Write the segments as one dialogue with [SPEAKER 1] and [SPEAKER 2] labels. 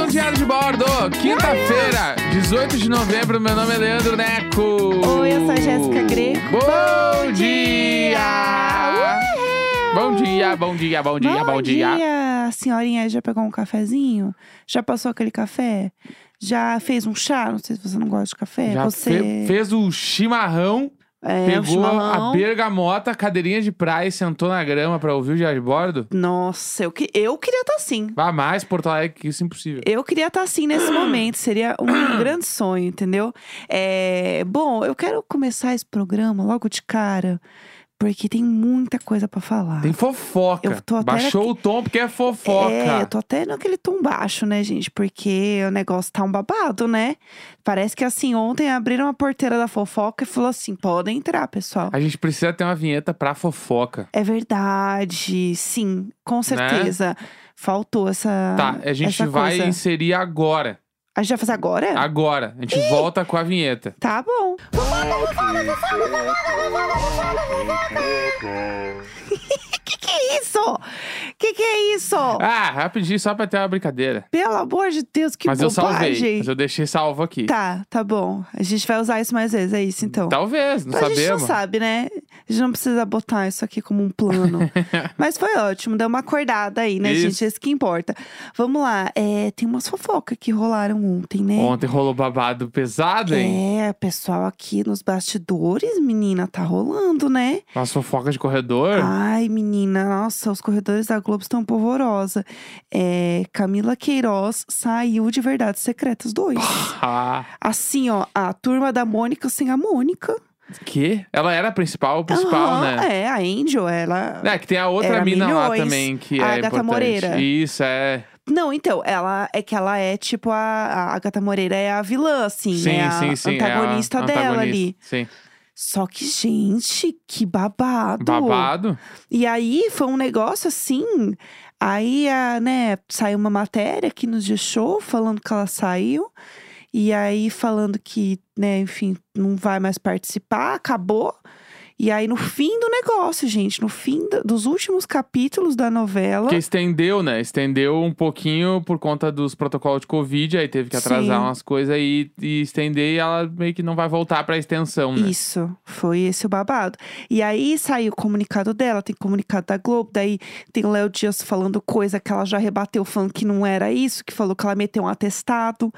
[SPEAKER 1] um Quinta-feira, 18 de novembro, meu nome é Leandro Neco.
[SPEAKER 2] Oi, eu sou a Jéssica Greco.
[SPEAKER 1] Bom,
[SPEAKER 2] Bom
[SPEAKER 1] dia!
[SPEAKER 2] Uhul!
[SPEAKER 1] Bom dia, bom dia, bom dia, bom, dia.
[SPEAKER 2] A senhorinha já pegou um cafezinho? Já passou aquele café? Já fez um chá? Não sei se você não gosta de café.
[SPEAKER 1] Já
[SPEAKER 2] você
[SPEAKER 1] fe- fez o chimarrão,
[SPEAKER 2] é, o
[SPEAKER 1] pegou
[SPEAKER 2] chimarrão.
[SPEAKER 1] a bergamota, cadeirinha de praia e sentou na grama pra ouvir o Diário de Bordo?
[SPEAKER 2] Nossa, eu, que- eu queria estar assim.
[SPEAKER 1] Vá mais, Porto Alegre, que isso é impossível.
[SPEAKER 2] Eu queria estar assim nesse momento, seria um grande sonho, entendeu? É, bom, eu quero começar esse programa logo de cara, porque tem muita coisa pra falar.
[SPEAKER 1] Tem fofoca.
[SPEAKER 2] Eu tô até
[SPEAKER 1] Baixou
[SPEAKER 2] aqui-
[SPEAKER 1] o tom porque é fofoca.
[SPEAKER 2] É, eu tô até naquele tom baixo, né, gente? Porque o negócio tá um babado, né? Parece que assim, ontem abriram a porteira da fofoca e falou assim: podem entrar, pessoal.
[SPEAKER 1] A gente precisa ter uma vinheta pra fofoca.
[SPEAKER 2] É verdade, sim, com certeza. Faltou essa.
[SPEAKER 1] Né? tá, a gente
[SPEAKER 2] Ah, essa
[SPEAKER 1] vai
[SPEAKER 2] coisa. É.
[SPEAKER 1] inserir agora.
[SPEAKER 2] A gente vai fazer agora?
[SPEAKER 1] Agora. A gente volta com a vinheta.
[SPEAKER 2] Tá bom. Que que é isso? Que que é isso?
[SPEAKER 1] Ah, rapidinho, só pra ter uma brincadeira.
[SPEAKER 2] Pelo amor de Deus, que
[SPEAKER 1] mas eu
[SPEAKER 2] bobagem.
[SPEAKER 1] salvei. Mas eu deixei salvo aqui.
[SPEAKER 2] Tá, tá bom. A gente vai usar isso mais vezes, é isso então.
[SPEAKER 1] Talvez, não
[SPEAKER 2] Mas a gente não
[SPEAKER 1] sabemos.
[SPEAKER 2] sabe, né? A gente não precisa botar isso aqui como um plano. Mas foi ótimo, deu uma acordada aí, né,
[SPEAKER 1] Isso.
[SPEAKER 2] gente? Isso que importa. Vamos lá, é, tem umas fofocas que rolaram ontem, né?
[SPEAKER 1] Ontem rolou babado pesado, hein?
[SPEAKER 2] É, pessoal aqui nos bastidores, menina, tá rolando, né?
[SPEAKER 1] Nossa fofoca de corredor.
[SPEAKER 2] Ai, menina, nossa, os corredores da Globo estão polvorosa. É, Camila Queiroz saiu de Verdades Secretas 2.
[SPEAKER 1] Ah,
[SPEAKER 2] Assim, ó, a turma da Mônica sem a Mônica.
[SPEAKER 1] que? Ela era a principal, o principal,
[SPEAKER 2] Aham,
[SPEAKER 1] né?
[SPEAKER 2] É, a Angel, ela.
[SPEAKER 1] É, que tem a outra
[SPEAKER 2] Era
[SPEAKER 1] mina lá
[SPEAKER 2] milhões.
[SPEAKER 1] também, que é
[SPEAKER 2] A Agatha
[SPEAKER 1] importante.
[SPEAKER 2] Moreira.
[SPEAKER 1] Isso, é.
[SPEAKER 2] Não, então, ela é que ela é tipo a, a Agatha Moreira é a vilã, assim,
[SPEAKER 1] sim,
[SPEAKER 2] né?
[SPEAKER 1] sim,
[SPEAKER 2] a
[SPEAKER 1] sim. é a
[SPEAKER 2] antagonista dela ali.
[SPEAKER 1] antagonista, Sim.
[SPEAKER 2] Só que, gente, que babado.
[SPEAKER 1] Babado.
[SPEAKER 2] E aí foi um negócio assim. Aí, a, né, saiu uma matéria aqui no G-Show falando que ela saiu. E aí falando que, né, enfim, não vai mais participar, acabou. E aí, no fim do negócio, gente, no fim do- dos últimos capítulos da novela.
[SPEAKER 1] Que estendeu, né? Estendeu um pouquinho por conta dos protocolos de Covid, aí teve que atrasar
[SPEAKER 2] Sim.
[SPEAKER 1] umas coisas e, e estender e ela meio que não vai voltar pra extensão, né?
[SPEAKER 2] Isso, foi esse o babado. E aí saiu o comunicado dela, tem comunicado da Globo, daí tem o Léo Dias falando coisa que ela já rebateu, falando que não era isso, que falou que ela meteu um atestado.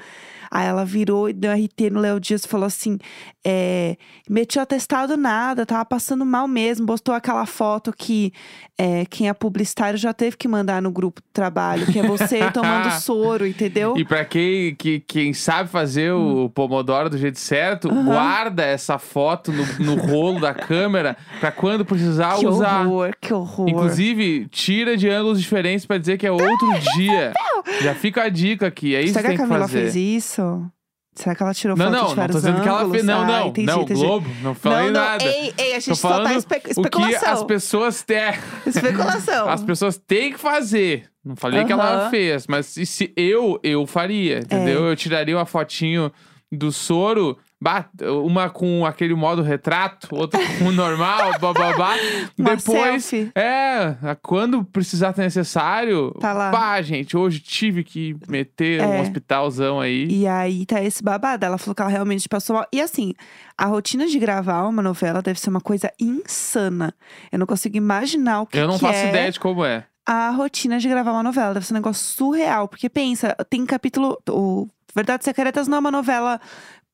[SPEAKER 2] Aí ela virou e deu RT no Léo Dias e falou assim: é, meteu atestado nada, tava passando mal mesmo. Postou aquela foto que é, quem é publicitário já teve que mandar no grupo de trabalho, que é você tomando soro, entendeu?
[SPEAKER 1] E pra quem, que, quem sabe fazer o Pomodoro do jeito certo,
[SPEAKER 2] Hum. Aham.
[SPEAKER 1] guarda essa foto no, no rolo da câmera pra quando precisar
[SPEAKER 2] que
[SPEAKER 1] usar.
[SPEAKER 2] horror, que horror.
[SPEAKER 1] Inclusive, tira de ângulos diferentes pra dizer que é outro dia. Já fica a dica aqui, é isso
[SPEAKER 2] Será
[SPEAKER 1] que tem
[SPEAKER 2] a
[SPEAKER 1] que
[SPEAKER 2] Camila
[SPEAKER 1] fazer.
[SPEAKER 2] fez isso? Será que ela tirou
[SPEAKER 1] não,
[SPEAKER 2] foto
[SPEAKER 1] não,
[SPEAKER 2] de
[SPEAKER 1] não
[SPEAKER 2] vários
[SPEAKER 1] tô dizendo que ela
[SPEAKER 2] ângulos?
[SPEAKER 1] fez. Não,
[SPEAKER 2] Ah,
[SPEAKER 1] não,
[SPEAKER 2] entendi,
[SPEAKER 1] não,
[SPEAKER 2] entendi.
[SPEAKER 1] Globo, não falei
[SPEAKER 2] não, não,
[SPEAKER 1] nada.
[SPEAKER 2] Ei, ei, a gente
[SPEAKER 1] Tô
[SPEAKER 2] só tá
[SPEAKER 1] falando
[SPEAKER 2] espe
[SPEAKER 1] o que as
[SPEAKER 2] especulação.
[SPEAKER 1] pessoas têm.
[SPEAKER 2] Especulação.
[SPEAKER 1] As pessoas têm que fazer. Não falei que ela
[SPEAKER 2] Aham. É.
[SPEAKER 1] fez, mas se, se eu, eu faria, entendeu? Eu tiraria uma fotinho do soro, ba- uma com aquele modo retrato, outra com o normal, bababá.
[SPEAKER 2] Uma
[SPEAKER 1] Depois,
[SPEAKER 2] selfie.
[SPEAKER 1] é, a- quando precisar ter necessário,
[SPEAKER 2] Tá lá.
[SPEAKER 1] pá, gente, hoje tive que meter um
[SPEAKER 2] É.
[SPEAKER 1] hospitalzão aí.
[SPEAKER 2] E aí tá esse babado. Ela falou que ela realmente passou mal. E assim, a rotina de gravar uma novela deve ser uma coisa insana. Eu não consigo imaginar o que
[SPEAKER 1] eu não
[SPEAKER 2] que
[SPEAKER 1] faço
[SPEAKER 2] é
[SPEAKER 1] ideia de como é.
[SPEAKER 2] a rotina de gravar uma novela. Deve ser um negócio surreal. Porque pensa, tem capítulo. O Verdades Secretas não é uma novela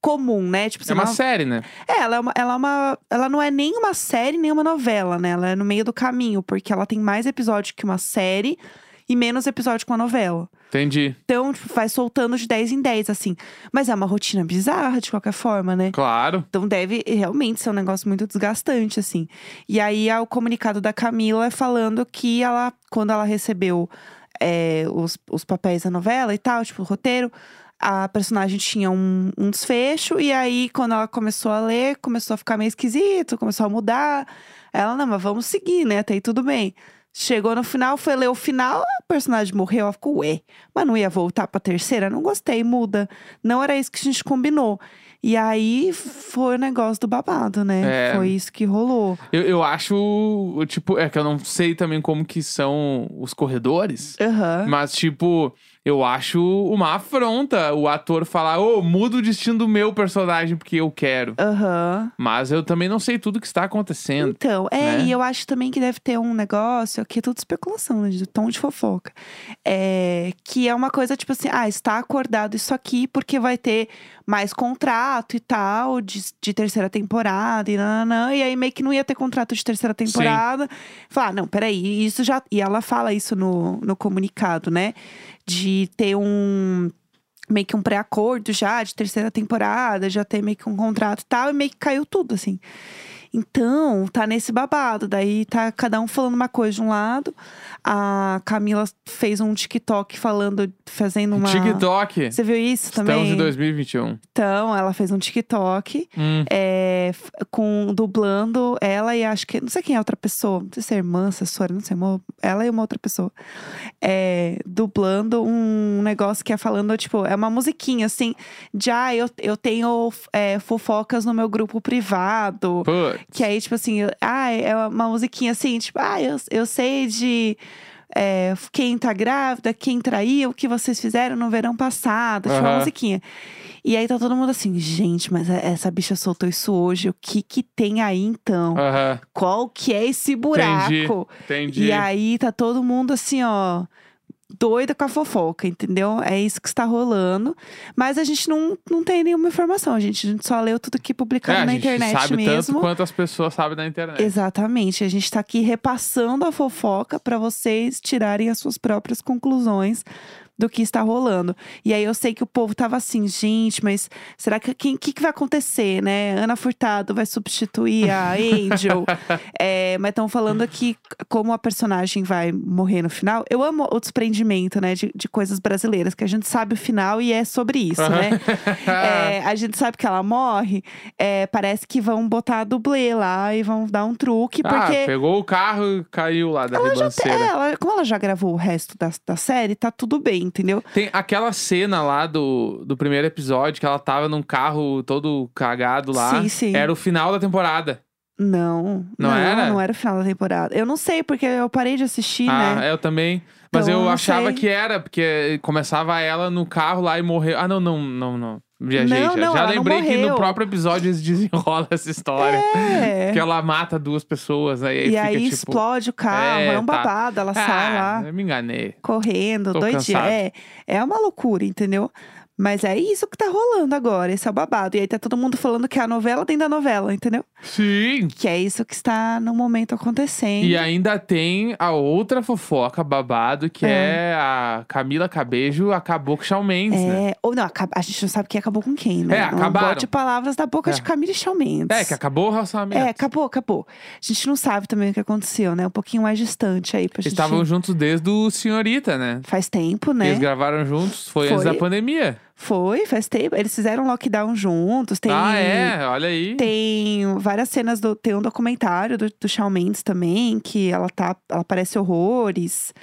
[SPEAKER 2] comum, né? Tipo,
[SPEAKER 1] É uma
[SPEAKER 2] uma
[SPEAKER 1] série, né?
[SPEAKER 2] É, ela, é uma, ela, é uma- ela não é nem uma série, nem uma novela, né? Ela é no meio do caminho, porque ela tem mais episódio que uma série e menos episódio que uma novela.
[SPEAKER 1] Entendi.
[SPEAKER 2] Então, tipo, vai soltando de 10 em 10, assim. Mas é uma rotina bizarra, de qualquer forma, né?
[SPEAKER 1] Claro.
[SPEAKER 2] Então deve realmente ser um negócio muito desgastante, assim. E aí ah, o comunicado da Camila é falando que ela, quando ela recebeu é, os, os papéis da novela e tal, tipo, o roteiro, a personagem tinha um, um desfecho, e aí, quando ela começou a ler, começou a ficar meio esquisito, começou a mudar. Ela, não, mas vamos seguir, né? Até aí tudo bem. Chegou no final, foi ler o final, a personagem morreu, ela ficou, ué, mas não ia voltar pra terceira? Não gostei, muda. Não era isso que a gente combinou. E aí foi o negócio do babado, né?
[SPEAKER 1] É.
[SPEAKER 2] Foi isso que rolou.
[SPEAKER 1] Eu, eu acho, tipo, é que eu não sei também como que são os corredores.
[SPEAKER 2] Aham.
[SPEAKER 1] Mas, tipo, Eu acho uma afronta o ator falar, ô, muda o destino do meu personagem porque eu quero.
[SPEAKER 2] Aham.
[SPEAKER 1] Mas eu também não sei tudo o que está acontecendo.
[SPEAKER 2] Então, é,
[SPEAKER 1] né?
[SPEAKER 2] e eu acho também que deve ter um negócio, que é tudo especulação, né? De tom de fofoca. É, que é uma coisa tipo assim, ah, está acordado isso aqui porque vai ter mais contrato e tal, de, de terceira temporada e nananã. E aí meio que não ia ter contrato de terceira temporada. Falar, "Ah, não, peraí, isso já. E ela fala isso no, no comunicado, né? De ter um. Meio que um pré-acordo já de terceira temporada, já ter meio que um contrato e tal, e meio que caiu tudo, assim. Então, tá nesse babado. Daí tá cada um falando uma coisa de um lado. A Camila fez um TikTok falando, fazendo uma.
[SPEAKER 1] Um TikTok. tá
[SPEAKER 2] Você viu isso
[SPEAKER 1] Estamos
[SPEAKER 2] também?
[SPEAKER 1] em 2021.
[SPEAKER 2] Então, ela fez um TikTok
[SPEAKER 1] Hum.
[SPEAKER 2] é, f- com dublando ela e acho que. Não sei quem é a outra pessoa. Não sei se é irmã, se é sora, não sei. uma- ela e uma outra pessoa. É, dublando um negócio que é falando, tipo, é uma musiquinha assim. Já eu, eu tenho é, fofocas no meu grupo privado.
[SPEAKER 1] Putz.
[SPEAKER 2] Que aí, tipo assim, eu- ah, é uma musiquinha assim, tipo, ah, eu, eu sei de é, quem tá grávida, quem traiu, o que vocês fizeram no verão passado. Tipo, uma
[SPEAKER 1] Aham.
[SPEAKER 2] musiquinha. E aí tá todo mundo assim, gente, mas a- essa bicha soltou isso hoje, o que que tem aí então?
[SPEAKER 1] Aham,
[SPEAKER 2] Qual que é esse buraco?
[SPEAKER 1] Ah. entendi.
[SPEAKER 2] E aí tá todo mundo assim, ó. Doida com a fofoca, entendeu? É isso que está rolando. Mas a gente não, não tem nenhuma informação, a gente, a gente só leu tudo que
[SPEAKER 1] É,
[SPEAKER 2] publicado
[SPEAKER 1] a
[SPEAKER 2] na
[SPEAKER 1] gente
[SPEAKER 2] internet
[SPEAKER 1] sabe
[SPEAKER 2] mesmo.
[SPEAKER 1] tanto quanto as pessoas sabem da internet.
[SPEAKER 2] Exatamente. A gente tá aqui repassando a fofoca para vocês tirarem as suas próprias conclusões do que está rolando. E aí eu sei que o povo tava assim, gente, mas será que o que, que vai acontecer, né? Ana Furtado vai substituir a Angel. É, mas estão falando aqui como a personagem vai morrer no final. Eu amo o desprendimento, né, de, de coisas brasileiras, que a gente sabe o final e é sobre isso,
[SPEAKER 1] Aham.
[SPEAKER 2] né?
[SPEAKER 1] Tá.
[SPEAKER 2] É, a gente sabe que ela morre. é, parece que vão botar a dublê lá e vão dar um truque,
[SPEAKER 1] ah,
[SPEAKER 2] porque.
[SPEAKER 1] pegou o carro e caiu lá da ribanceira.
[SPEAKER 2] é, ela- como ela já gravou o resto da, da série, tá tudo bem, entendeu?
[SPEAKER 1] Tem aquela cena lá do, do primeiro episódio que ela tava num carro todo cagado lá.
[SPEAKER 2] Sim, sim.
[SPEAKER 1] Era o final da temporada.
[SPEAKER 2] Não.
[SPEAKER 1] Não era?
[SPEAKER 2] Não era o final da temporada. Eu não sei, porque eu parei de assistir,
[SPEAKER 1] ah,
[SPEAKER 2] né?
[SPEAKER 1] eu também. Mas
[SPEAKER 2] Então, eu
[SPEAKER 1] eu
[SPEAKER 2] não
[SPEAKER 1] achava
[SPEAKER 2] sei.
[SPEAKER 1] que era, porque começava ela no carro lá e morreu. Ah, não, não, não, não. Viajei
[SPEAKER 2] Não,
[SPEAKER 1] já.
[SPEAKER 2] não,
[SPEAKER 1] já
[SPEAKER 2] ela não
[SPEAKER 1] lembrei que no
[SPEAKER 2] morreu.
[SPEAKER 1] próprio episódio eles desenrolam essa história.
[SPEAKER 2] É.
[SPEAKER 1] Que ela mata duas pessoas, né? E aí
[SPEAKER 2] E
[SPEAKER 1] fica
[SPEAKER 2] aí
[SPEAKER 1] tipo.
[SPEAKER 2] explode o carro, é,
[SPEAKER 1] é,
[SPEAKER 2] um
[SPEAKER 1] tá.
[SPEAKER 2] babado, ela sai
[SPEAKER 1] ah,
[SPEAKER 2] lá.
[SPEAKER 1] eu me enganei.
[SPEAKER 2] correndo,
[SPEAKER 1] Tô
[SPEAKER 2] doidinha.
[SPEAKER 1] cansado.
[SPEAKER 2] É, é uma loucura, entendeu? Mas é isso que tá rolando agora, esse é o babado. E aí tá todo mundo falando que é a novela dentro da novela, entendeu?
[SPEAKER 1] Sim!
[SPEAKER 2] Que é isso que está no momento acontecendo.
[SPEAKER 1] E ainda tem a outra fofoca babado,
[SPEAKER 2] Ah.
[SPEAKER 1] que é, a Camila Cabejo acabou com o Shawn Mendes, né?
[SPEAKER 2] É, ou não, acaba- a gente não sabe quem acabou com quem, né?
[SPEAKER 1] É,
[SPEAKER 2] não
[SPEAKER 1] acabaram.
[SPEAKER 2] bote palavras da boca
[SPEAKER 1] É.
[SPEAKER 2] de Camila e Shawn Mendes.
[SPEAKER 1] É, que acabou o relacionamento.
[SPEAKER 2] É, acabou, acabou. A gente não sabe também o que aconteceu, né? Um pouquinho mais distante aí pra
[SPEAKER 1] Eles
[SPEAKER 2] gente.
[SPEAKER 1] estavam juntos desde o Senhorita, né?
[SPEAKER 2] Faz tempo, né?
[SPEAKER 1] Eles gravaram juntos, foi, antes
[SPEAKER 2] Foi.
[SPEAKER 1] da pandemia.
[SPEAKER 2] Foi, faz tempo. Eles fizeram lockdown juntos. Tem
[SPEAKER 1] Ah, é, olha aí.
[SPEAKER 2] Tem várias cenas do. Tem um documentário do, do Shawn Mendes também, que ela tá. Ela parece horrores.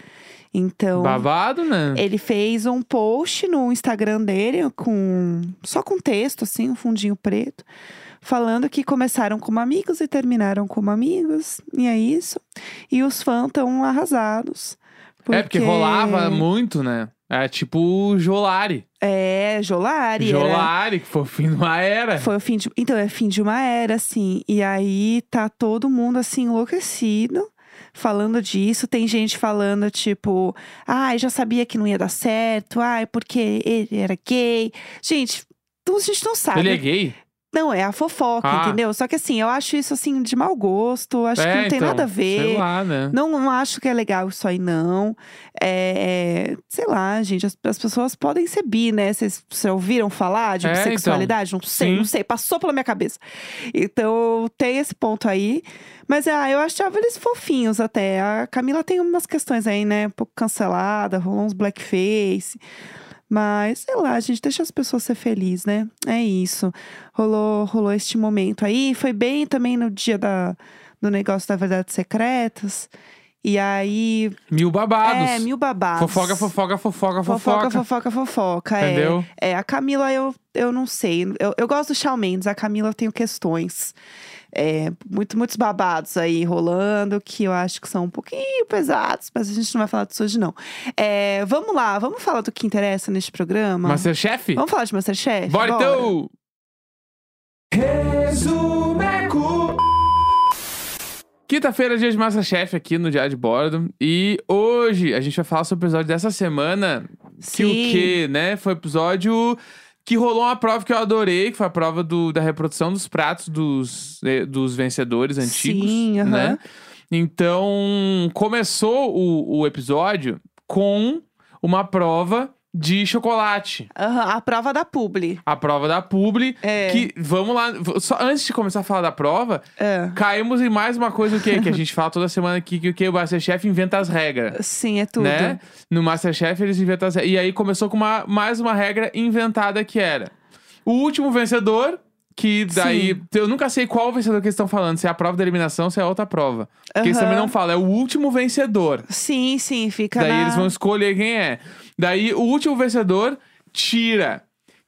[SPEAKER 2] Então.
[SPEAKER 1] Babado, né?
[SPEAKER 2] Ele fez um post no Instagram dele com. Só com texto, assim, um fundinho preto. Falando que começaram como amigos e terminaram como amigos. E é isso. E os fãs estão arrasados. Porque...
[SPEAKER 1] É, porque rolava muito, né? É tipo o Jolari.
[SPEAKER 2] É, Jolari. era-
[SPEAKER 1] Jolari, que foi o fim de uma era.
[SPEAKER 2] Foi o fim de. Então, é fim de uma era, assim. E aí tá todo mundo, assim, enlouquecido. Falando disso, tem gente falando, tipo, ai, já sabia que não ia dar certo, ai, porque ele era gay. Gente, a gente não sabe.
[SPEAKER 1] Ele é gay?
[SPEAKER 2] Não, é a fofoca,
[SPEAKER 1] Ah.
[SPEAKER 2] entendeu? Só que assim, eu acho isso assim de mau gosto, acho
[SPEAKER 1] é,
[SPEAKER 2] que não tem
[SPEAKER 1] então,
[SPEAKER 2] nada a ver.
[SPEAKER 1] Sei lá, né?
[SPEAKER 2] Não, não acho que é legal isso aí, não. É, é, sei lá, gente, as, as pessoas podem ser bi, né? Vocês vocês ouviram falar de
[SPEAKER 1] É,
[SPEAKER 2] bissexualidade? não tá sei,
[SPEAKER 1] Sim.
[SPEAKER 2] não sei. Passou pela minha cabeça. Então, tem esse ponto aí. Mas ah, eu achava eles fofinhos até. A Camila tem umas questões aí, né? Um pouco cancelada, rolou uns blackface. Mas, sei lá, gente, deixa as pessoas ser felizes, né? É isso. Rolou, rolou este momento aí. Foi bem também no dia da, do negócio da Verdades Secretas. E aí.
[SPEAKER 1] Mil babados.
[SPEAKER 2] É, mil babados.
[SPEAKER 1] Fofoca, fofoca, fofoca,
[SPEAKER 2] Fofoca,
[SPEAKER 1] fofoca.
[SPEAKER 2] fofoca, fofoca. é.
[SPEAKER 1] Entendeu?
[SPEAKER 2] É, a Camila, eu, eu não sei. Eu, eu gosto do Shawn Mendes, a Camila eu tenho questões. É, muito, muitos babados aí rolando, que eu acho que são um pouquinho pesados, mas a gente não vai falar disso hoje, não. É, vamos lá, vamos falar do que interessa neste programa?
[SPEAKER 1] Masterchef?
[SPEAKER 2] Vamos falar de Masterchef?
[SPEAKER 1] é- Bora então! Quinta-feira, dia de Masterchef aqui no Diário de Bordo. E hoje a gente vai falar sobre o episódio dessa semana. Que
[SPEAKER 2] Sim.
[SPEAKER 1] o que, né? Foi um episódio que rolou uma prova que eu adorei, que foi a prova do- da reprodução dos pratos dos, eh, dos vencedores antigos.
[SPEAKER 2] Sim, aham.
[SPEAKER 1] né? Então, começou o, o episódio com uma prova de chocolate.
[SPEAKER 2] Aham, a prova da publi.
[SPEAKER 1] A prova da Publi.
[SPEAKER 2] É.
[SPEAKER 1] Que, vamos lá, v- só antes de começar a falar da prova,
[SPEAKER 2] É.
[SPEAKER 1] caímos em mais uma coisa o quê? que a gente fala toda semana aqui, que o que? O Masterchef inventa as regras.
[SPEAKER 2] Sim, é tudo.
[SPEAKER 1] Né? No Masterchef eles inventam as regras. E aí começou com uma, mais uma regra inventada que era. O último vencedor, que daí. Eu nunca sei qual vencedor que eles estão falando, se é a prova da eliminação, se é a outra prova. Porque eles
[SPEAKER 2] Aham.
[SPEAKER 1] também não falam, é o último vencedor.
[SPEAKER 2] Sim, sim, fica
[SPEAKER 1] Daí
[SPEAKER 2] na-
[SPEAKER 1] eles vão escolher quem é. Daí o último vencedor tira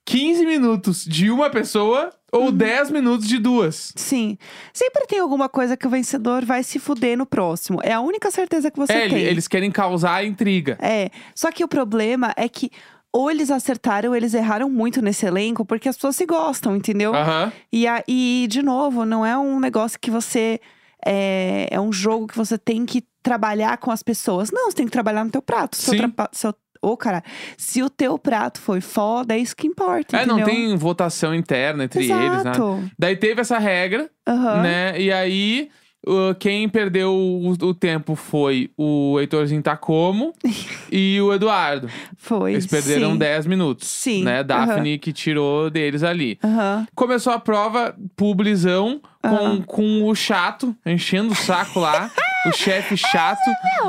[SPEAKER 1] 15 minutos de uma pessoa
[SPEAKER 2] Uhum.
[SPEAKER 1] ou 10 minutos de duas.
[SPEAKER 2] Sim. Sempre tem alguma coisa que o vencedor vai se fuder no próximo. É a única certeza que você
[SPEAKER 1] É, ele-
[SPEAKER 2] tem.
[SPEAKER 1] eles querem causar a intriga.
[SPEAKER 2] É. Só que o problema é que ou eles acertaram, ou eles erraram muito nesse elenco, porque as pessoas se gostam, entendeu?
[SPEAKER 1] Aham.
[SPEAKER 2] E, a, e, de novo, não é um negócio que você. É, é um jogo que você tem que trabalhar com as pessoas. Não, você tem que trabalhar no teu prato. Seu
[SPEAKER 1] Sim.
[SPEAKER 2] trapa- seu- Ô, cara, se o teu prato foi foda, é isso que importa.
[SPEAKER 1] É, não
[SPEAKER 2] entendeu?
[SPEAKER 1] tem votação interna entre eles, nada.
[SPEAKER 2] Exato.
[SPEAKER 1] Daí teve essa regra,
[SPEAKER 2] Aham.
[SPEAKER 1] né? E aí, uh, quem perdeu o, o tempo foi o Heitorzinho Tacomo e o Eduardo.
[SPEAKER 2] Foi.
[SPEAKER 1] Eles perderam
[SPEAKER 2] sim.
[SPEAKER 1] 10 minutos.
[SPEAKER 2] Sim,
[SPEAKER 1] Né?
[SPEAKER 2] aham.
[SPEAKER 1] Daphne que tirou deles ali.
[SPEAKER 2] Aham.
[SPEAKER 1] Começou a prova, publizão, com,
[SPEAKER 2] Aham.
[SPEAKER 1] com o chato, enchendo o saco lá. o chefe chato.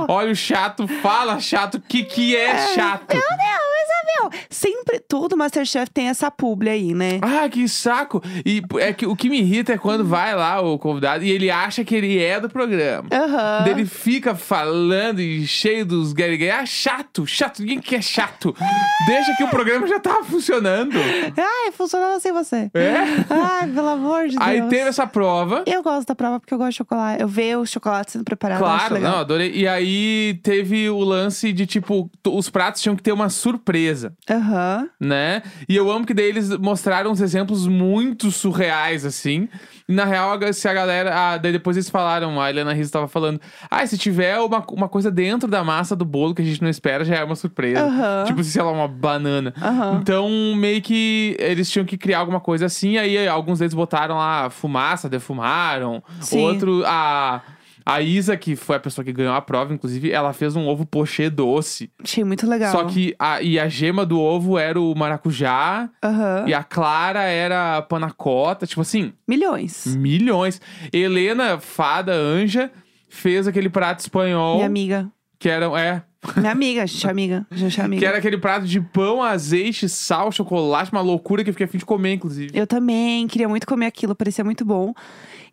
[SPEAKER 1] Olha o chato, fala chato, o que, que
[SPEAKER 2] Ah,
[SPEAKER 1] é chato?
[SPEAKER 2] Meu, sempre todo Masterchef tem essa publi aí, né?
[SPEAKER 1] Ah, que saco! E é que, o que me irrita é
[SPEAKER 2] Hum.
[SPEAKER 1] quando vai lá o convidado e ele acha que ele é do programa.
[SPEAKER 2] Aham.
[SPEAKER 1] Daí Ele fica falando e cheio dos gueriguei. Ah, chato, chato, ninguém quer chato. Deixa que o programa já tava funcionando.
[SPEAKER 2] Ah. Ai, funcionava sem você.
[SPEAKER 1] É?
[SPEAKER 2] Ai, pelo amor de
[SPEAKER 1] Aí
[SPEAKER 2] Deus.
[SPEAKER 1] teve essa prova.
[SPEAKER 2] Eu gosto da prova porque eu gosto de chocolate. Eu vejo o chocolate sendo preparado. eu acho
[SPEAKER 1] Claro,
[SPEAKER 2] tá legal.
[SPEAKER 1] não, adorei. E aí teve o lance de, tipo, t- os pratos tinham que ter uma surpresa,
[SPEAKER 2] Aham.
[SPEAKER 1] né? E eu amo que daí eles mostraram uns exemplos muito surreais, assim. E na real, a ga- se a galera. ah, daí depois eles falaram, a Helena Riz tava falando. Ah, se tiver uma, co- uma coisa dentro da massa do bolo que a gente não espera, já é uma surpresa.
[SPEAKER 2] Aham.
[SPEAKER 1] Tipo, sei lá, uma banana.
[SPEAKER 2] Aham.
[SPEAKER 1] Então, meio que eles tinham que criar alguma coisa assim. Aí, alguns deles botaram lá fumaça, defumaram.
[SPEAKER 2] Sim.
[SPEAKER 1] Outro, a, a Isa, que foi a pessoa que ganhou a prova, inclusive, ela fez um ovo pochê doce.
[SPEAKER 2] Achei muito legal.
[SPEAKER 1] Só que a, e a gema do ovo era o maracujá.
[SPEAKER 2] Aham.
[SPEAKER 1] E a Clara era a panacota. Tipo assim,
[SPEAKER 2] Milhões.
[SPEAKER 1] milhões. Helena, fada, anja, fez aquele prato espanhol.
[SPEAKER 2] Minha amiga.
[SPEAKER 1] Que era, é,
[SPEAKER 2] Minha amiga, gente, é amiga. Gente, amiga.
[SPEAKER 1] que era aquele prato de pão, azeite, sal, chocolate. Uma loucura que eu fiquei afim de comer, inclusive.
[SPEAKER 2] Eu também queria muito comer aquilo, parecia muito bom.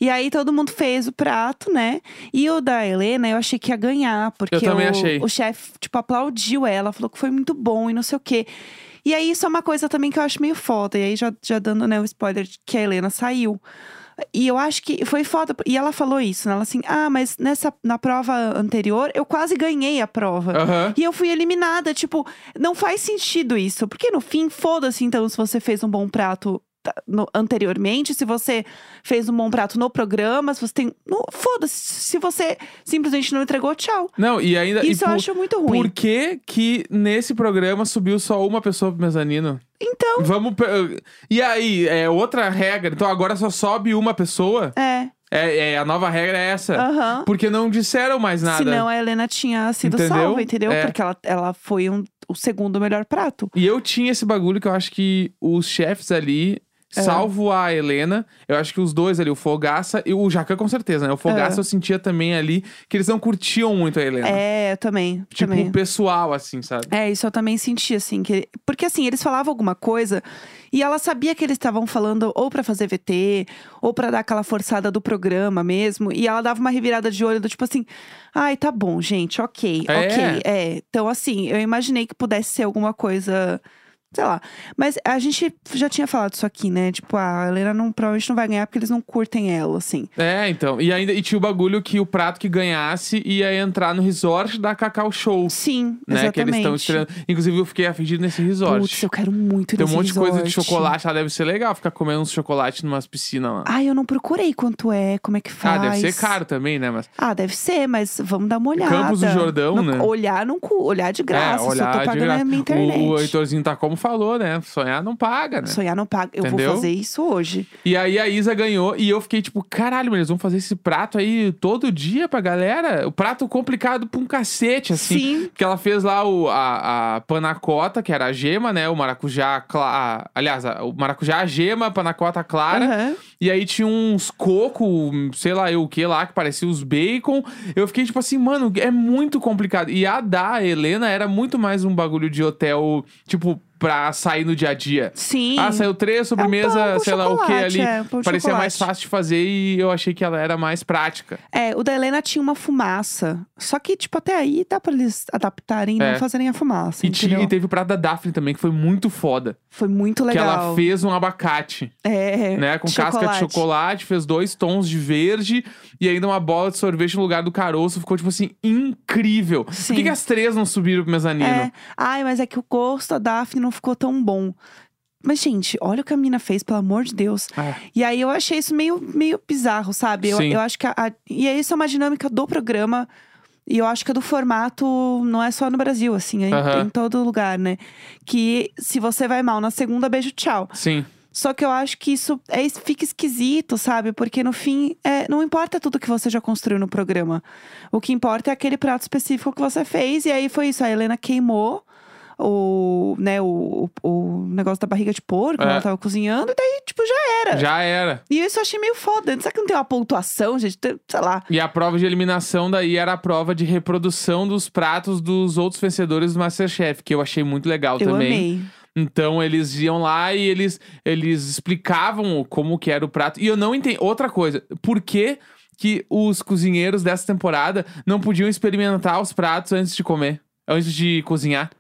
[SPEAKER 2] E aí todo mundo fez o prato, né? E o da Helena, eu achei que ia ganhar, porque
[SPEAKER 1] Eu também
[SPEAKER 2] o,
[SPEAKER 1] achei.
[SPEAKER 2] o chefe, tipo, aplaudiu ela, falou que foi muito bom e não sei o quê. E aí isso é uma coisa também que eu acho meio foda. E aí já, já dando, né, o spoiler de que a Helena saiu. E eu acho que foi foda. E ela falou isso, né? Ela assim, ah, mas nessa, na prova anterior, eu quase ganhei a prova.
[SPEAKER 1] Aham.
[SPEAKER 2] E eu fui eliminada. Tipo, não faz sentido isso. Porque no fim, foda-se então se você fez um bom prato tá, no- anteriormente, se você fez um bom prato no programa, se você tem. não- Foda-se. Se você simplesmente não entregou, tchau.
[SPEAKER 1] Não, e ainda.
[SPEAKER 2] Isso
[SPEAKER 1] É, e
[SPEAKER 2] eu
[SPEAKER 1] por,
[SPEAKER 2] acho muito ruim.
[SPEAKER 1] por que que nesse programa subiu só uma pessoa pro mezanino?
[SPEAKER 2] Então,
[SPEAKER 1] Vamos. pe- E aí, é outra regra. Então agora só sobe uma pessoa?
[SPEAKER 2] é.
[SPEAKER 1] É, é, a nova regra é essa.
[SPEAKER 2] Aham. é-
[SPEAKER 1] Porque não disseram mais nada.
[SPEAKER 2] Senão a Helena tinha sido
[SPEAKER 1] Entendeu?
[SPEAKER 2] salva, entendeu?
[SPEAKER 1] É.
[SPEAKER 2] Porque ela, ela foi um- o segundo melhor prato.
[SPEAKER 1] E eu tinha esse bagulho que eu acho que os chefes ali
[SPEAKER 2] É.
[SPEAKER 1] Salvo a Helena, eu acho que os dois ali, o Fogaça e o Jacan com certeza, né? O Fogaça eu sentia também ali que eles não curtiam muito a Helena.
[SPEAKER 2] É, eu também.
[SPEAKER 1] Tipo,
[SPEAKER 2] também.
[SPEAKER 1] pessoal, assim, sabe?
[SPEAKER 2] É, isso eu também senti, assim. Que... Porque, assim, eles falavam alguma coisa e ela sabia que eles estavam falando ou pra fazer VT, ou pra dar aquela forçada do programa mesmo. E ela dava uma revirada de olho do tipo assim: ai, tá bom, gente, ok,
[SPEAKER 1] É.
[SPEAKER 2] ok. É. Então, assim, eu imaginei que pudesse ser alguma coisa. Sei lá. Mas a gente já tinha falado isso aqui, né? Tipo, ah, a Helena não, provavelmente não vai ganhar porque eles não curtem ela, assim.
[SPEAKER 1] É, então. E ainda e tinha o bagulho que o prato que ganhasse ia entrar no resort da Cacau Show,
[SPEAKER 2] Sim,
[SPEAKER 1] né?
[SPEAKER 2] exatamente.
[SPEAKER 1] Que eles estão estreando. Inclusive, eu fiquei afligido nesse resort.
[SPEAKER 2] Putz, eu quero muito ir
[SPEAKER 1] Tem um
[SPEAKER 2] nesse
[SPEAKER 1] monte de coisa de
[SPEAKER 2] resort.
[SPEAKER 1] chocolate, ah, deve ser legal ficar comendo uns chocolates numas piscinas lá.
[SPEAKER 2] Ai, eu não procurei quanto é, como é que
[SPEAKER 1] Tá. Ah,
[SPEAKER 2] faz.
[SPEAKER 1] deve ser caro também, né? Mas
[SPEAKER 2] Ah, deve ser, mas vamos dar uma olhada.
[SPEAKER 1] Campos do Jordão,
[SPEAKER 2] Não-
[SPEAKER 1] né?
[SPEAKER 2] Olhar, não, cu- olhar de graça,
[SPEAKER 1] é, olhar
[SPEAKER 2] só tô
[SPEAKER 1] de
[SPEAKER 2] pagando
[SPEAKER 1] graça.
[SPEAKER 2] a minha internet.
[SPEAKER 1] O, o Heitorzinho tá como falou, né? Sonhar não paga, né?
[SPEAKER 2] Sonhar não paga. Eu
[SPEAKER 1] Entendeu?
[SPEAKER 2] vou fazer isso hoje.
[SPEAKER 1] E aí a Isa ganhou e eu fiquei tipo, caralho, mas eles vão fazer esse prato aí todo dia pra galera? O prato complicado pra um cacete, assim.
[SPEAKER 2] Sim.
[SPEAKER 1] Que ela fez lá o, a, a panacota, que era a gema, né? O maracujá, cla- a- aliás, a- o maracujá, a gema, a panacota clara.
[SPEAKER 2] Aham.
[SPEAKER 1] E aí tinha uns coco, sei lá eu o que lá, que parecia os bacon. Eu fiquei tipo assim, mano, é muito complicado. E a da Helena era muito mais um bagulho de hotel, tipo, pra sair no dia a dia.
[SPEAKER 2] Sim. É um
[SPEAKER 1] Ah, saiu três, sobremesa,
[SPEAKER 2] pão com
[SPEAKER 1] sei lá o que
[SPEAKER 2] chocolate,
[SPEAKER 1] ali.
[SPEAKER 2] é, um pão de
[SPEAKER 1] Parecia
[SPEAKER 2] chocolate.
[SPEAKER 1] mais fácil de fazer e eu achei que ela era mais prática.
[SPEAKER 2] É, o da Helena tinha uma fumaça. Só que, tipo, até aí dá pra eles adaptarem e
[SPEAKER 1] É.
[SPEAKER 2] não fazerem a fumaça.
[SPEAKER 1] E, tinha,
[SPEAKER 2] entendeu?
[SPEAKER 1] e teve o prato da Daphne também, que foi muito foda.
[SPEAKER 2] Foi muito
[SPEAKER 1] Que
[SPEAKER 2] legal.
[SPEAKER 1] ela fez um abacate,
[SPEAKER 2] É.
[SPEAKER 1] né? Com casca de
[SPEAKER 2] Chocolate.
[SPEAKER 1] chocolate, fez dois tons de verde e ainda uma bola de sorvete no lugar do caroço. Ficou, tipo assim, incrível. Por que,
[SPEAKER 2] Sim.
[SPEAKER 1] que as três não subiram pro mezanino?
[SPEAKER 2] É. Ai, mas é que o gosto da Daphne não ficou tão bom. Mas, gente, olha o que a menina fez, pelo amor de Deus.
[SPEAKER 1] Ah,
[SPEAKER 2] E aí eu achei isso meio, meio bizarro, sabe? Eu,
[SPEAKER 1] Sim.
[SPEAKER 2] eu acho que. a- a- e aí isso é uma dinâmica do programa. E eu acho que é do formato, não é só no Brasil, assim, é em-
[SPEAKER 1] Aham.
[SPEAKER 2] em todo lugar, né? Que se você vai mal na segunda, beijo, tchau.
[SPEAKER 1] sim.
[SPEAKER 2] Só que eu acho que isso é, es- fica esquisito, sabe? Porque no fim, é, não importa tudo que você já construiu no programa. O que importa é aquele prato específico que você fez. E aí foi isso. A Helena queimou o, né, o, o- o negócio da barriga de porco,
[SPEAKER 1] É.
[SPEAKER 2] ela tava cozinhando, e daí, tipo, já era.
[SPEAKER 1] Já era.
[SPEAKER 2] E isso eu achei meio foda. Será que não tem uma pontuação, gente? Tem- Sei lá.
[SPEAKER 1] E a prova de eliminação daí era a prova de reprodução dos pratos dos outros vencedores do Masterchef, que eu achei muito legal
[SPEAKER 2] eu
[SPEAKER 1] também.
[SPEAKER 2] amei.
[SPEAKER 1] Então eles iam lá e eles, eles explicavam como que era o prato. E eu não entendi. Outra coisa, por que, que os cozinheiros dessa temporada não podiam experimentar os pratos antes de comer? Antes de cozinhar.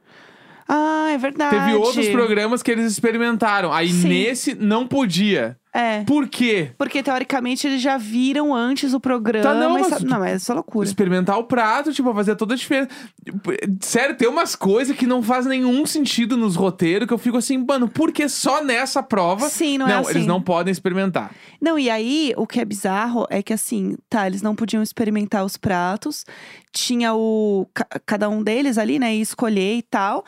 [SPEAKER 2] Ah, é verdade.
[SPEAKER 1] Teve outros programas que eles experimentaram. Aí
[SPEAKER 2] Sim.
[SPEAKER 1] nesse não podia.
[SPEAKER 2] É.
[SPEAKER 1] Por quê?
[SPEAKER 2] Porque, teoricamente, eles já viram antes o programa.
[SPEAKER 1] Tá, não,
[SPEAKER 2] e
[SPEAKER 1] mas
[SPEAKER 2] sa-
[SPEAKER 1] tu-
[SPEAKER 2] Não, é só loucura.
[SPEAKER 1] Experimentar o prato, tipo, fazer toda a diferença. Sério, tem umas coisas que não faz nenhum sentido nos roteiros que eu fico assim, mano, por que só nessa prova?
[SPEAKER 2] Sim, não, é assim.
[SPEAKER 1] eles não podem experimentar.
[SPEAKER 2] Não, e aí, o que é bizarro é que, assim, tá, eles não podiam experimentar os pratos. Tinha o... ca- Cada um deles ali, né, ia escolher e tal.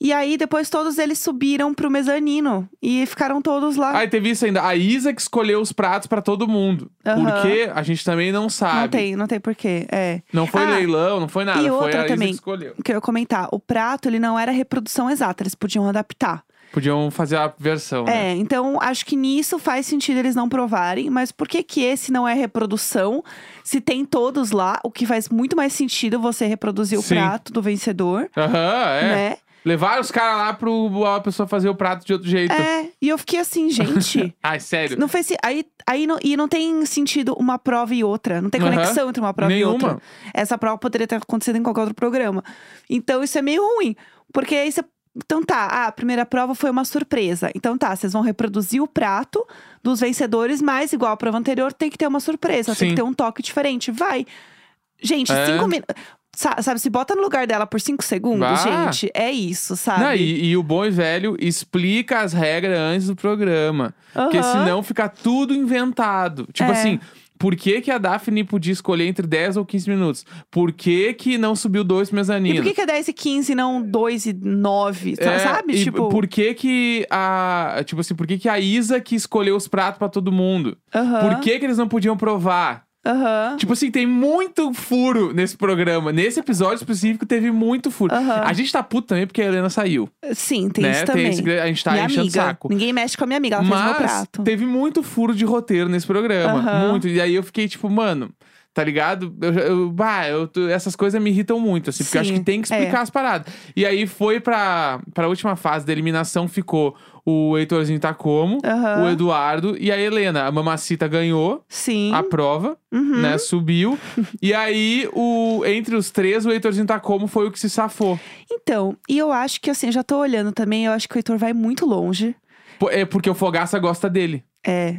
[SPEAKER 2] E aí, depois, todos eles subiram pro mezanino. E ficaram todos lá.
[SPEAKER 1] Aí teve isso ainda. A Isa que escolheu os pratos pra todo mundo.
[SPEAKER 2] Aham.
[SPEAKER 1] Porque a gente também não sabe.
[SPEAKER 2] não tem, não tem porquê, é.
[SPEAKER 1] Não foi
[SPEAKER 2] Ah,
[SPEAKER 1] leilão, não foi nada.
[SPEAKER 2] e
[SPEAKER 1] foi
[SPEAKER 2] outra
[SPEAKER 1] a Isa
[SPEAKER 2] também.
[SPEAKER 1] que escolheu.
[SPEAKER 2] O que eu ia comentar, o prato, ele não era a reprodução exata, eles podiam adaptar.
[SPEAKER 1] Podiam fazer a versão, né?
[SPEAKER 2] É, então acho que nisso faz sentido eles não provarem, mas por que que esse não é reprodução? Se tem todos lá, o que faz muito mais sentido você reproduzir o
[SPEAKER 1] Sim.
[SPEAKER 2] prato do vencedor,
[SPEAKER 1] Aham, é.
[SPEAKER 2] né?
[SPEAKER 1] Levaram os caras lá pro a pessoa fazer o prato de outro jeito.
[SPEAKER 2] É, e eu fiquei assim, gente,
[SPEAKER 1] Ai, sério.
[SPEAKER 2] não fez se- aí, aí não, e não tem sentido uma prova e outra, não tem
[SPEAKER 1] Aham.
[SPEAKER 2] conexão entre uma prova e outra.
[SPEAKER 1] Nenhuma.
[SPEAKER 2] Essa prova poderia ter acontecido em qualquer outro programa. Então isso é meio ruim, porque aí você. Então tá, ah, a primeira prova foi uma surpresa. Então tá, vocês vão reproduzir o prato dos vencedores, mas igual a prova anterior, tem que ter uma surpresa, tem
[SPEAKER 1] Sim.
[SPEAKER 2] que ter um toque diferente. Vai! Gente,
[SPEAKER 1] É.
[SPEAKER 2] cinco minutos. Sabe, se bota no lugar dela por cinco segundos,
[SPEAKER 1] Vá.
[SPEAKER 2] gente, é isso, sabe?
[SPEAKER 1] Não, e, e o bom e velho explica as regras antes do programa. Porque
[SPEAKER 2] Aham.
[SPEAKER 1] senão fica tudo inventado. Tipo
[SPEAKER 2] É.
[SPEAKER 1] assim, por que, que a Daphne podia escolher entre 10 ou 15 minutos? Por que, que não subiu dois
[SPEAKER 2] E
[SPEAKER 1] mezaninos?
[SPEAKER 2] por que, que é 10 e 15 não 2 e 9?
[SPEAKER 1] É,
[SPEAKER 2] sabe?
[SPEAKER 1] e
[SPEAKER 2] tipo.
[SPEAKER 1] por que que a, tipo assim, por que que a Isa que escolheu os pratos pra todo mundo?
[SPEAKER 2] aham,
[SPEAKER 1] Por que que eles não podiam provar?
[SPEAKER 2] Aham.
[SPEAKER 1] Tipo assim, tem muito furo nesse programa. Nesse episódio específico teve muito furo.
[SPEAKER 2] Aham.
[SPEAKER 1] A gente tá puto também porque a Helena saiu.
[SPEAKER 2] Sim, tem
[SPEAKER 1] né?
[SPEAKER 2] isso também.
[SPEAKER 1] esse- a gente tá
[SPEAKER 2] minha
[SPEAKER 1] enchendo o
[SPEAKER 2] amiga.
[SPEAKER 1] saco.
[SPEAKER 2] Ninguém mexe com a minha amiga, ela fez meu
[SPEAKER 1] Mas
[SPEAKER 2] prato.
[SPEAKER 1] teve muito furo de roteiro nesse programa.
[SPEAKER 2] Aham.
[SPEAKER 1] Muito. E aí eu fiquei tipo, mano, tá ligado? Eu, já- eu- bah, eu tô- essas coisas me irritam muito, assim, porque eu acho
[SPEAKER 2] Sim, é.
[SPEAKER 1] que tem que explicar as paradas. E aí foi pra, pra última fase da eliminação, ficou o Heitorzinho tá como,
[SPEAKER 2] Aham.
[SPEAKER 1] o Eduardo e a Helena. A Mamacita ganhou
[SPEAKER 2] Sim. Uhum.
[SPEAKER 1] a prova, né? Subiu. e aí, o, entre os três, o Heitorzinho tá como foi o que se safou.
[SPEAKER 2] Então, e eu acho que assim, eu já tô olhando também, eu acho que o Heitor vai muito longe.
[SPEAKER 1] Po- É porque o Fogaça gosta dele.
[SPEAKER 2] É,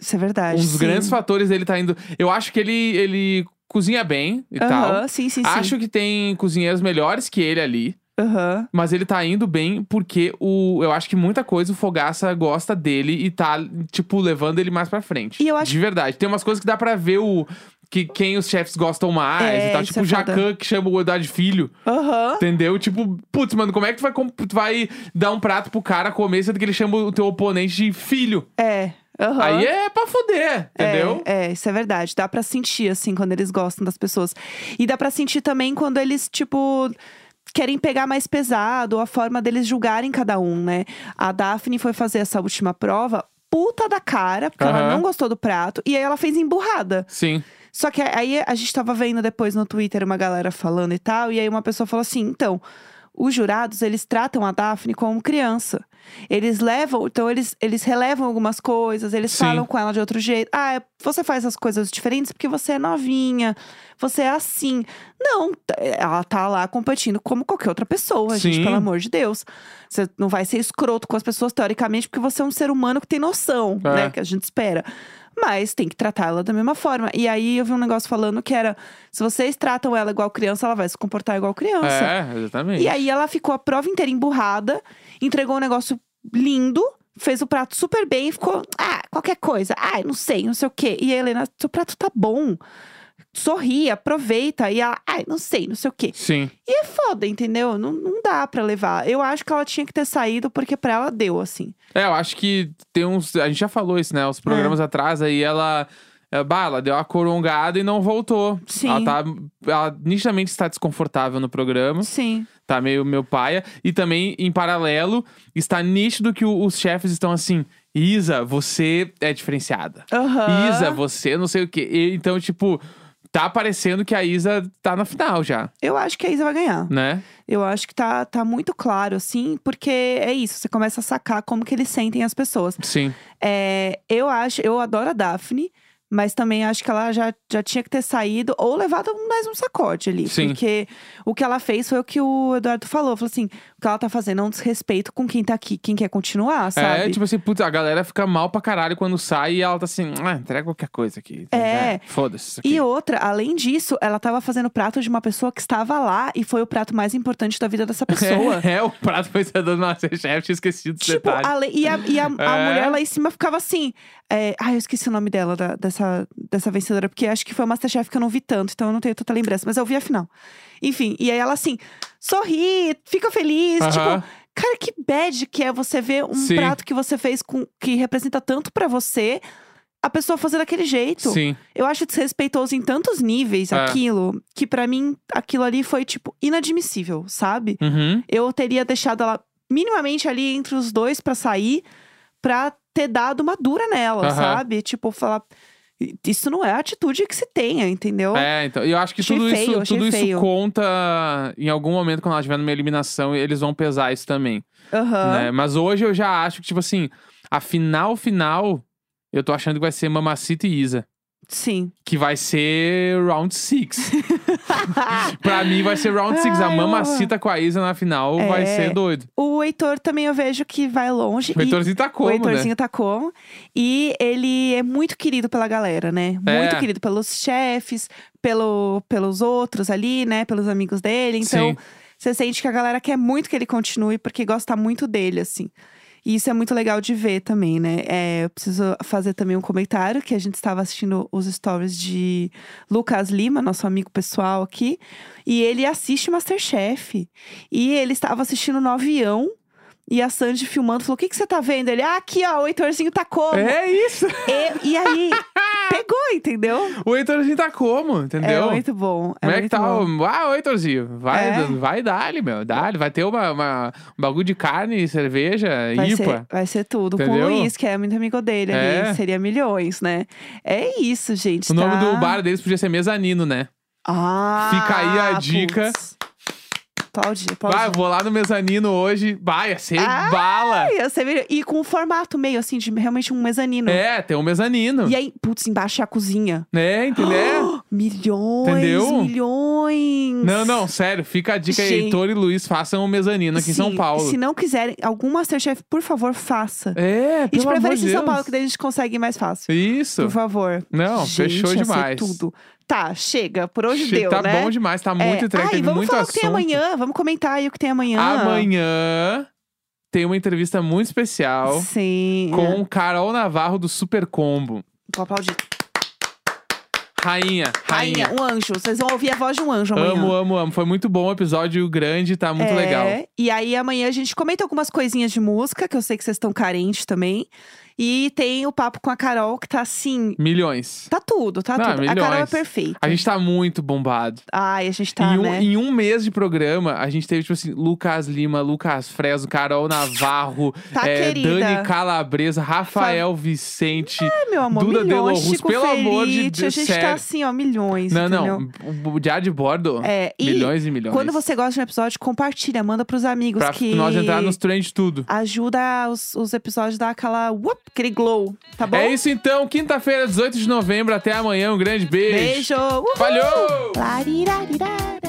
[SPEAKER 2] isso é verdade.
[SPEAKER 1] um dos
[SPEAKER 2] sim.
[SPEAKER 1] grandes fatores dele tá indo. Eu acho que ele, ele cozinha bem e tal.
[SPEAKER 2] Aham, Sim, sim, sim.
[SPEAKER 1] Acho que tem cozinheiros melhores que ele ali.
[SPEAKER 2] Aham.
[SPEAKER 1] Mas ele tá indo bem porque o, eu acho que muita coisa o Fogaça gosta dele e tá, tipo, levando ele mais pra frente.
[SPEAKER 2] E eu acho-
[SPEAKER 1] De verdade. Tem umas coisas que dá pra ver o. Que, quem os chefes gostam mais
[SPEAKER 2] É,
[SPEAKER 1] e tal.
[SPEAKER 2] isso
[SPEAKER 1] Tipo
[SPEAKER 2] é
[SPEAKER 1] o
[SPEAKER 2] foda.
[SPEAKER 1] Jacan que chama o Eduardo de Filho.
[SPEAKER 2] Aham.
[SPEAKER 1] Entendeu? Tipo, putz, mano, como é que tu vai, com- tu vai dar um prato pro cara comer sendo que ele chama o teu oponente de filho?
[SPEAKER 2] É. Aham.
[SPEAKER 1] Aí é pra fuder, entendeu?
[SPEAKER 2] É, é, isso é verdade. Dá pra sentir, assim, quando eles gostam das pessoas. E dá pra sentir também quando eles, tipo. Querem pegar mais pesado, a forma deles julgarem cada um, né? A Daphne foi fazer essa última prova, puta da cara, porque ela
[SPEAKER 1] Aham.
[SPEAKER 2] não gostou do prato, e aí ela fez emburrada.
[SPEAKER 1] Sim.
[SPEAKER 2] Só que aí a gente tava vendo depois no Twitter uma galera falando e tal, e aí uma pessoa falou assim: então, os jurados, eles tratam a Daphne como criança. Eles levam, então eles, eles relevam algumas coisas, eles
[SPEAKER 1] Sim.
[SPEAKER 2] falam com ela de outro jeito. Ah, é- você faz as coisas diferentes porque você é novinha, você é assim. Não, t- ela tá lá competindo como qualquer outra pessoa, gente,
[SPEAKER 1] Sim.
[SPEAKER 2] pelo amor de Deus. Você não vai ser escroto com as pessoas, teoricamente, porque você é um ser humano que tem noção,
[SPEAKER 1] É.
[SPEAKER 2] né? Que a gente espera. Mas tem que tratá-la da mesma forma. E aí eu vi um negócio falando que era: se vocês tratam ela igual criança, ela vai se comportar igual criança.
[SPEAKER 1] É, exatamente.
[SPEAKER 2] E aí ela ficou a prova inteira emburrada, entregou um negócio lindo, fez o prato super bem e ficou, ah, qualquer coisa, ah, não sei, não sei o quê. E a Helena, seu prato tá bom. Sorri, aproveita. E ela, ai, não sei, não sei o quê.
[SPEAKER 1] Sim.
[SPEAKER 2] E é foda, entendeu? Não, não dá pra levar. Eu acho que ela tinha que ter saído porque pra ela deu, assim.
[SPEAKER 1] É, eu acho que tem uns. A gente já falou isso, né? Os
[SPEAKER 2] É.
[SPEAKER 1] programas atrás aí ela. é, Bah, ela deu uma corongada e não voltou.
[SPEAKER 2] Sim.
[SPEAKER 1] Ela tá. Ela nitidamente está desconfortável no programa.
[SPEAKER 2] Sim.
[SPEAKER 1] Tá meio meu paia. E também, em paralelo, está nítido que o- os chefes estão assim. Isa, você é diferenciada.
[SPEAKER 2] Aham.
[SPEAKER 1] Isa, você não sei o quê. E, então, tipo, tá parecendo que a Isa tá na final já,
[SPEAKER 2] Eu acho que a Isa vai ganhar.
[SPEAKER 1] né?
[SPEAKER 2] Eu acho que tá, tá muito claro, assim, porque é isso. Você começa a sacar como que eles sentem as pessoas.
[SPEAKER 1] Sim.
[SPEAKER 2] É, eu acho, eu adoro a Daphne, mas também acho que ela já, já tinha que ter saído ou levado um- mais um sacode ali.
[SPEAKER 1] Sim.
[SPEAKER 2] Porque o que ela fez foi o que o Eduardo falou. Falou assim: o que ela tá fazendo é um desrespeito com quem tá aqui, quem quer continuar, sabe?
[SPEAKER 1] É, tipo assim, putz, a galera fica mal pra caralho quando sai e ela tá assim, ah, entrega qualquer coisa aqui. tá
[SPEAKER 2] É.
[SPEAKER 1] Foda-se. isso aqui."
[SPEAKER 2] E outra, além disso, ela tava fazendo prato de uma pessoa que estava lá e foi o prato mais importante da vida dessa pessoa.
[SPEAKER 1] É, é, o prato pensador do Masterchef, tinha esquecido desse
[SPEAKER 2] Tipo,
[SPEAKER 1] detalhe.
[SPEAKER 2] ale- e a, e a, a
[SPEAKER 1] É.
[SPEAKER 2] mulher lá em cima ficava assim. É... Ai, eu esqueci o nome dela, da- dessa, dessa vencedora, porque acho que foi o Masterchef que eu não vi tanto, então eu não tenho tanta lembrança, mas eu vi a final. Enfim, e aí ela assim, sorri, fica feliz.
[SPEAKER 1] Aham.
[SPEAKER 2] Tipo, cara, que bad que é você ver um
[SPEAKER 1] Sim.
[SPEAKER 2] prato que você fez com que representa tanto pra você, a pessoa fazer daquele jeito.
[SPEAKER 1] Sim,
[SPEAKER 2] Eu acho desrespeitoso em tantos níveis
[SPEAKER 1] É.
[SPEAKER 2] aquilo, que pra mim aquilo ali foi, tipo, inadmissível, sabe?
[SPEAKER 1] uhum.
[SPEAKER 2] Eu teria deixado ela minimamente ali entre os dois pra sair, pra ter dado uma dura nela,
[SPEAKER 1] Aham.
[SPEAKER 2] sabe? Tipo, falar. Isso não é a atitude que se tenha, entendeu?
[SPEAKER 1] É, então. E eu acho que
[SPEAKER 2] Achei
[SPEAKER 1] tudo
[SPEAKER 2] feio,
[SPEAKER 1] isso,
[SPEAKER 2] achei
[SPEAKER 1] tudo isso
[SPEAKER 2] feio.
[SPEAKER 1] conta em algum momento, quando ela tiver numa eliminação, eles vão pesar isso também.
[SPEAKER 2] Aham.
[SPEAKER 1] né? Mas hoje eu já acho que, tipo assim, a final final, eu tô achando que vai ser Mamacita e Isa.
[SPEAKER 2] Sim.
[SPEAKER 1] Que vai ser round six pra mim vai ser round six A
[SPEAKER 2] Ai, eu-
[SPEAKER 1] Mamacita com a Isa na final vai
[SPEAKER 2] É.
[SPEAKER 1] ser doido.
[SPEAKER 2] o Heitor também eu vejo que vai longe.
[SPEAKER 1] O
[SPEAKER 2] e-
[SPEAKER 1] Heitorzinho tá como,
[SPEAKER 2] o
[SPEAKER 1] né?
[SPEAKER 2] Heitorzinho tá como. E ele é muito querido pela galera, né?
[SPEAKER 1] É.
[SPEAKER 2] Muito querido pelos chefes, pelo, pelos outros ali, né? Pelos amigos dele. Então,
[SPEAKER 1] Sim.
[SPEAKER 2] você sente que a galera quer muito que ele continue, porque gosta muito dele, assim. E isso é muito legal de ver também, né? É, eu preciso fazer também um comentário que a gente estava assistindo os stories de Lucas Lima, nosso amigo pessoal aqui. E ele assiste Masterchef. E ele estava assistindo no avião. E a Sandy filmando, falou: O que, que você tá vendo? Ele, ah, aqui, ó, o Heitorzinho tacou.
[SPEAKER 1] É isso.
[SPEAKER 2] tá E, e aí, pegou, entendeu?
[SPEAKER 1] O Heitorzinho tá como, entendeu?
[SPEAKER 2] É muito bom. É
[SPEAKER 1] Como é que
[SPEAKER 2] muito
[SPEAKER 1] tá?
[SPEAKER 2] bom.
[SPEAKER 1] o- Ah, oi, Torzinho. Vai,
[SPEAKER 2] É.
[SPEAKER 1] vai dali, meu. Dali. Vai ter uma, uma- um bagulho de carne, cerveja,
[SPEAKER 2] Vai
[SPEAKER 1] IPA.
[SPEAKER 2] ser, vai ser tudo.
[SPEAKER 1] Entendeu?
[SPEAKER 2] Com o Luiz, que é muito amigo dele
[SPEAKER 1] É.
[SPEAKER 2] ali. Seria milhões, né? É isso, gente.
[SPEAKER 1] O nome
[SPEAKER 2] tá?
[SPEAKER 1] do bar deles podia ser Mezanino, né?
[SPEAKER 2] Ah,
[SPEAKER 1] Fica aí a dica.
[SPEAKER 2] putz. Aplaudir, aplaudir.
[SPEAKER 1] Vai, Ah, vou lá no Mezanino hoje. Vai, ia ser
[SPEAKER 2] Ai!
[SPEAKER 1] bala.
[SPEAKER 2] Ia ser melhor. E com um formato meio assim, de realmente um mezanino.
[SPEAKER 1] É, tem um Mezanino.
[SPEAKER 2] E aí, putz, embaixo é a cozinha.
[SPEAKER 1] É, entendeu?
[SPEAKER 2] Milhões,
[SPEAKER 1] Entendeu?
[SPEAKER 2] milhões.
[SPEAKER 1] não, não, sério. Fica a dica aí.
[SPEAKER 2] Gente.
[SPEAKER 1] Heitor e Luiz façam um Mezanino aqui em São
[SPEAKER 2] Sim,
[SPEAKER 1] Paulo.
[SPEAKER 2] Se não quiserem, algum Masterchef, por favor, faça.
[SPEAKER 1] É,
[SPEAKER 2] E
[SPEAKER 1] pelo
[SPEAKER 2] de
[SPEAKER 1] amor
[SPEAKER 2] preferência
[SPEAKER 1] de
[SPEAKER 2] em São
[SPEAKER 1] Deus.
[SPEAKER 2] Paulo, que daí a gente consegue mais fácil.
[SPEAKER 1] Isso.
[SPEAKER 2] Por favor.
[SPEAKER 1] Não,
[SPEAKER 2] Gente,
[SPEAKER 1] fechou
[SPEAKER 2] ia ser
[SPEAKER 1] demais.
[SPEAKER 2] tudo. Tá, chega. Por hoje
[SPEAKER 1] Che-
[SPEAKER 2] deu,
[SPEAKER 1] tá
[SPEAKER 2] né?
[SPEAKER 1] bom demais, tá
[SPEAKER 2] É.
[SPEAKER 1] muito entregue,
[SPEAKER 2] Ah, e
[SPEAKER 1] teve
[SPEAKER 2] vamos
[SPEAKER 1] muito
[SPEAKER 2] falar o
[SPEAKER 1] assunto.
[SPEAKER 2] que tem amanhã. Vamos comentar aí o que tem amanhã.
[SPEAKER 1] Amanhã tem uma entrevista muito especial
[SPEAKER 2] Sim.
[SPEAKER 1] com Carol Navarro do Super Combo.
[SPEAKER 2] Vou aplaudir.
[SPEAKER 1] Rainha, rainha.
[SPEAKER 2] Rainha, um anjo. Vocês vão ouvir a voz de um anjo amanhã.
[SPEAKER 1] Amo, amo, amo. Foi muito bom o episódio grande, tá muito
[SPEAKER 2] É,
[SPEAKER 1] legal.
[SPEAKER 2] E aí amanhã a gente comenta algumas coisinhas de música, que eu sei que vocês estão carentes também. E tem o papo com a Carol, que tá assim.
[SPEAKER 1] Milhões.
[SPEAKER 2] Tá tudo, tá
[SPEAKER 1] Não,
[SPEAKER 2] tudo. A Carol é
[SPEAKER 1] Ah, milhões.
[SPEAKER 2] perfeita.
[SPEAKER 1] A gente tá muito bombado.
[SPEAKER 2] Ai, a gente tá,
[SPEAKER 1] em, um,
[SPEAKER 2] né?
[SPEAKER 1] em um mês de programa, a gente teve, tipo assim, Lucas Lima, Lucas Fresno, Carol Navarro,
[SPEAKER 2] Tá,
[SPEAKER 1] é,
[SPEAKER 2] querida.
[SPEAKER 1] Dani Calabresa, Rafael Vicente.
[SPEAKER 2] É, meu amor,
[SPEAKER 1] Duda
[SPEAKER 2] milhões.
[SPEAKER 1] Delorus,
[SPEAKER 2] Chico
[SPEAKER 1] pelo amor de
[SPEAKER 2] Felitti, A
[SPEAKER 1] Deus,
[SPEAKER 2] gente
[SPEAKER 1] sério.
[SPEAKER 2] tá assim, ó, milhões.
[SPEAKER 1] não,
[SPEAKER 2] entendeu?
[SPEAKER 1] não. O Diário de Bordo,
[SPEAKER 2] É, e
[SPEAKER 1] milhões e milhões.
[SPEAKER 2] quando você gosta de um episódio, compartilha, manda pros amigos
[SPEAKER 1] Pra
[SPEAKER 2] que. Tá
[SPEAKER 1] nós entrar nos trend tudo.
[SPEAKER 2] Ajuda os, os episódios dar aquela. Whoop, aquele glow, tá bom?
[SPEAKER 1] É isso então,
[SPEAKER 2] Uh!
[SPEAKER 1] quinta-feira, 18 de novembro, até amanhã. Um grande beijo.
[SPEAKER 2] Beijo! Uhul!
[SPEAKER 1] Valeu!
[SPEAKER 2] Laririrará.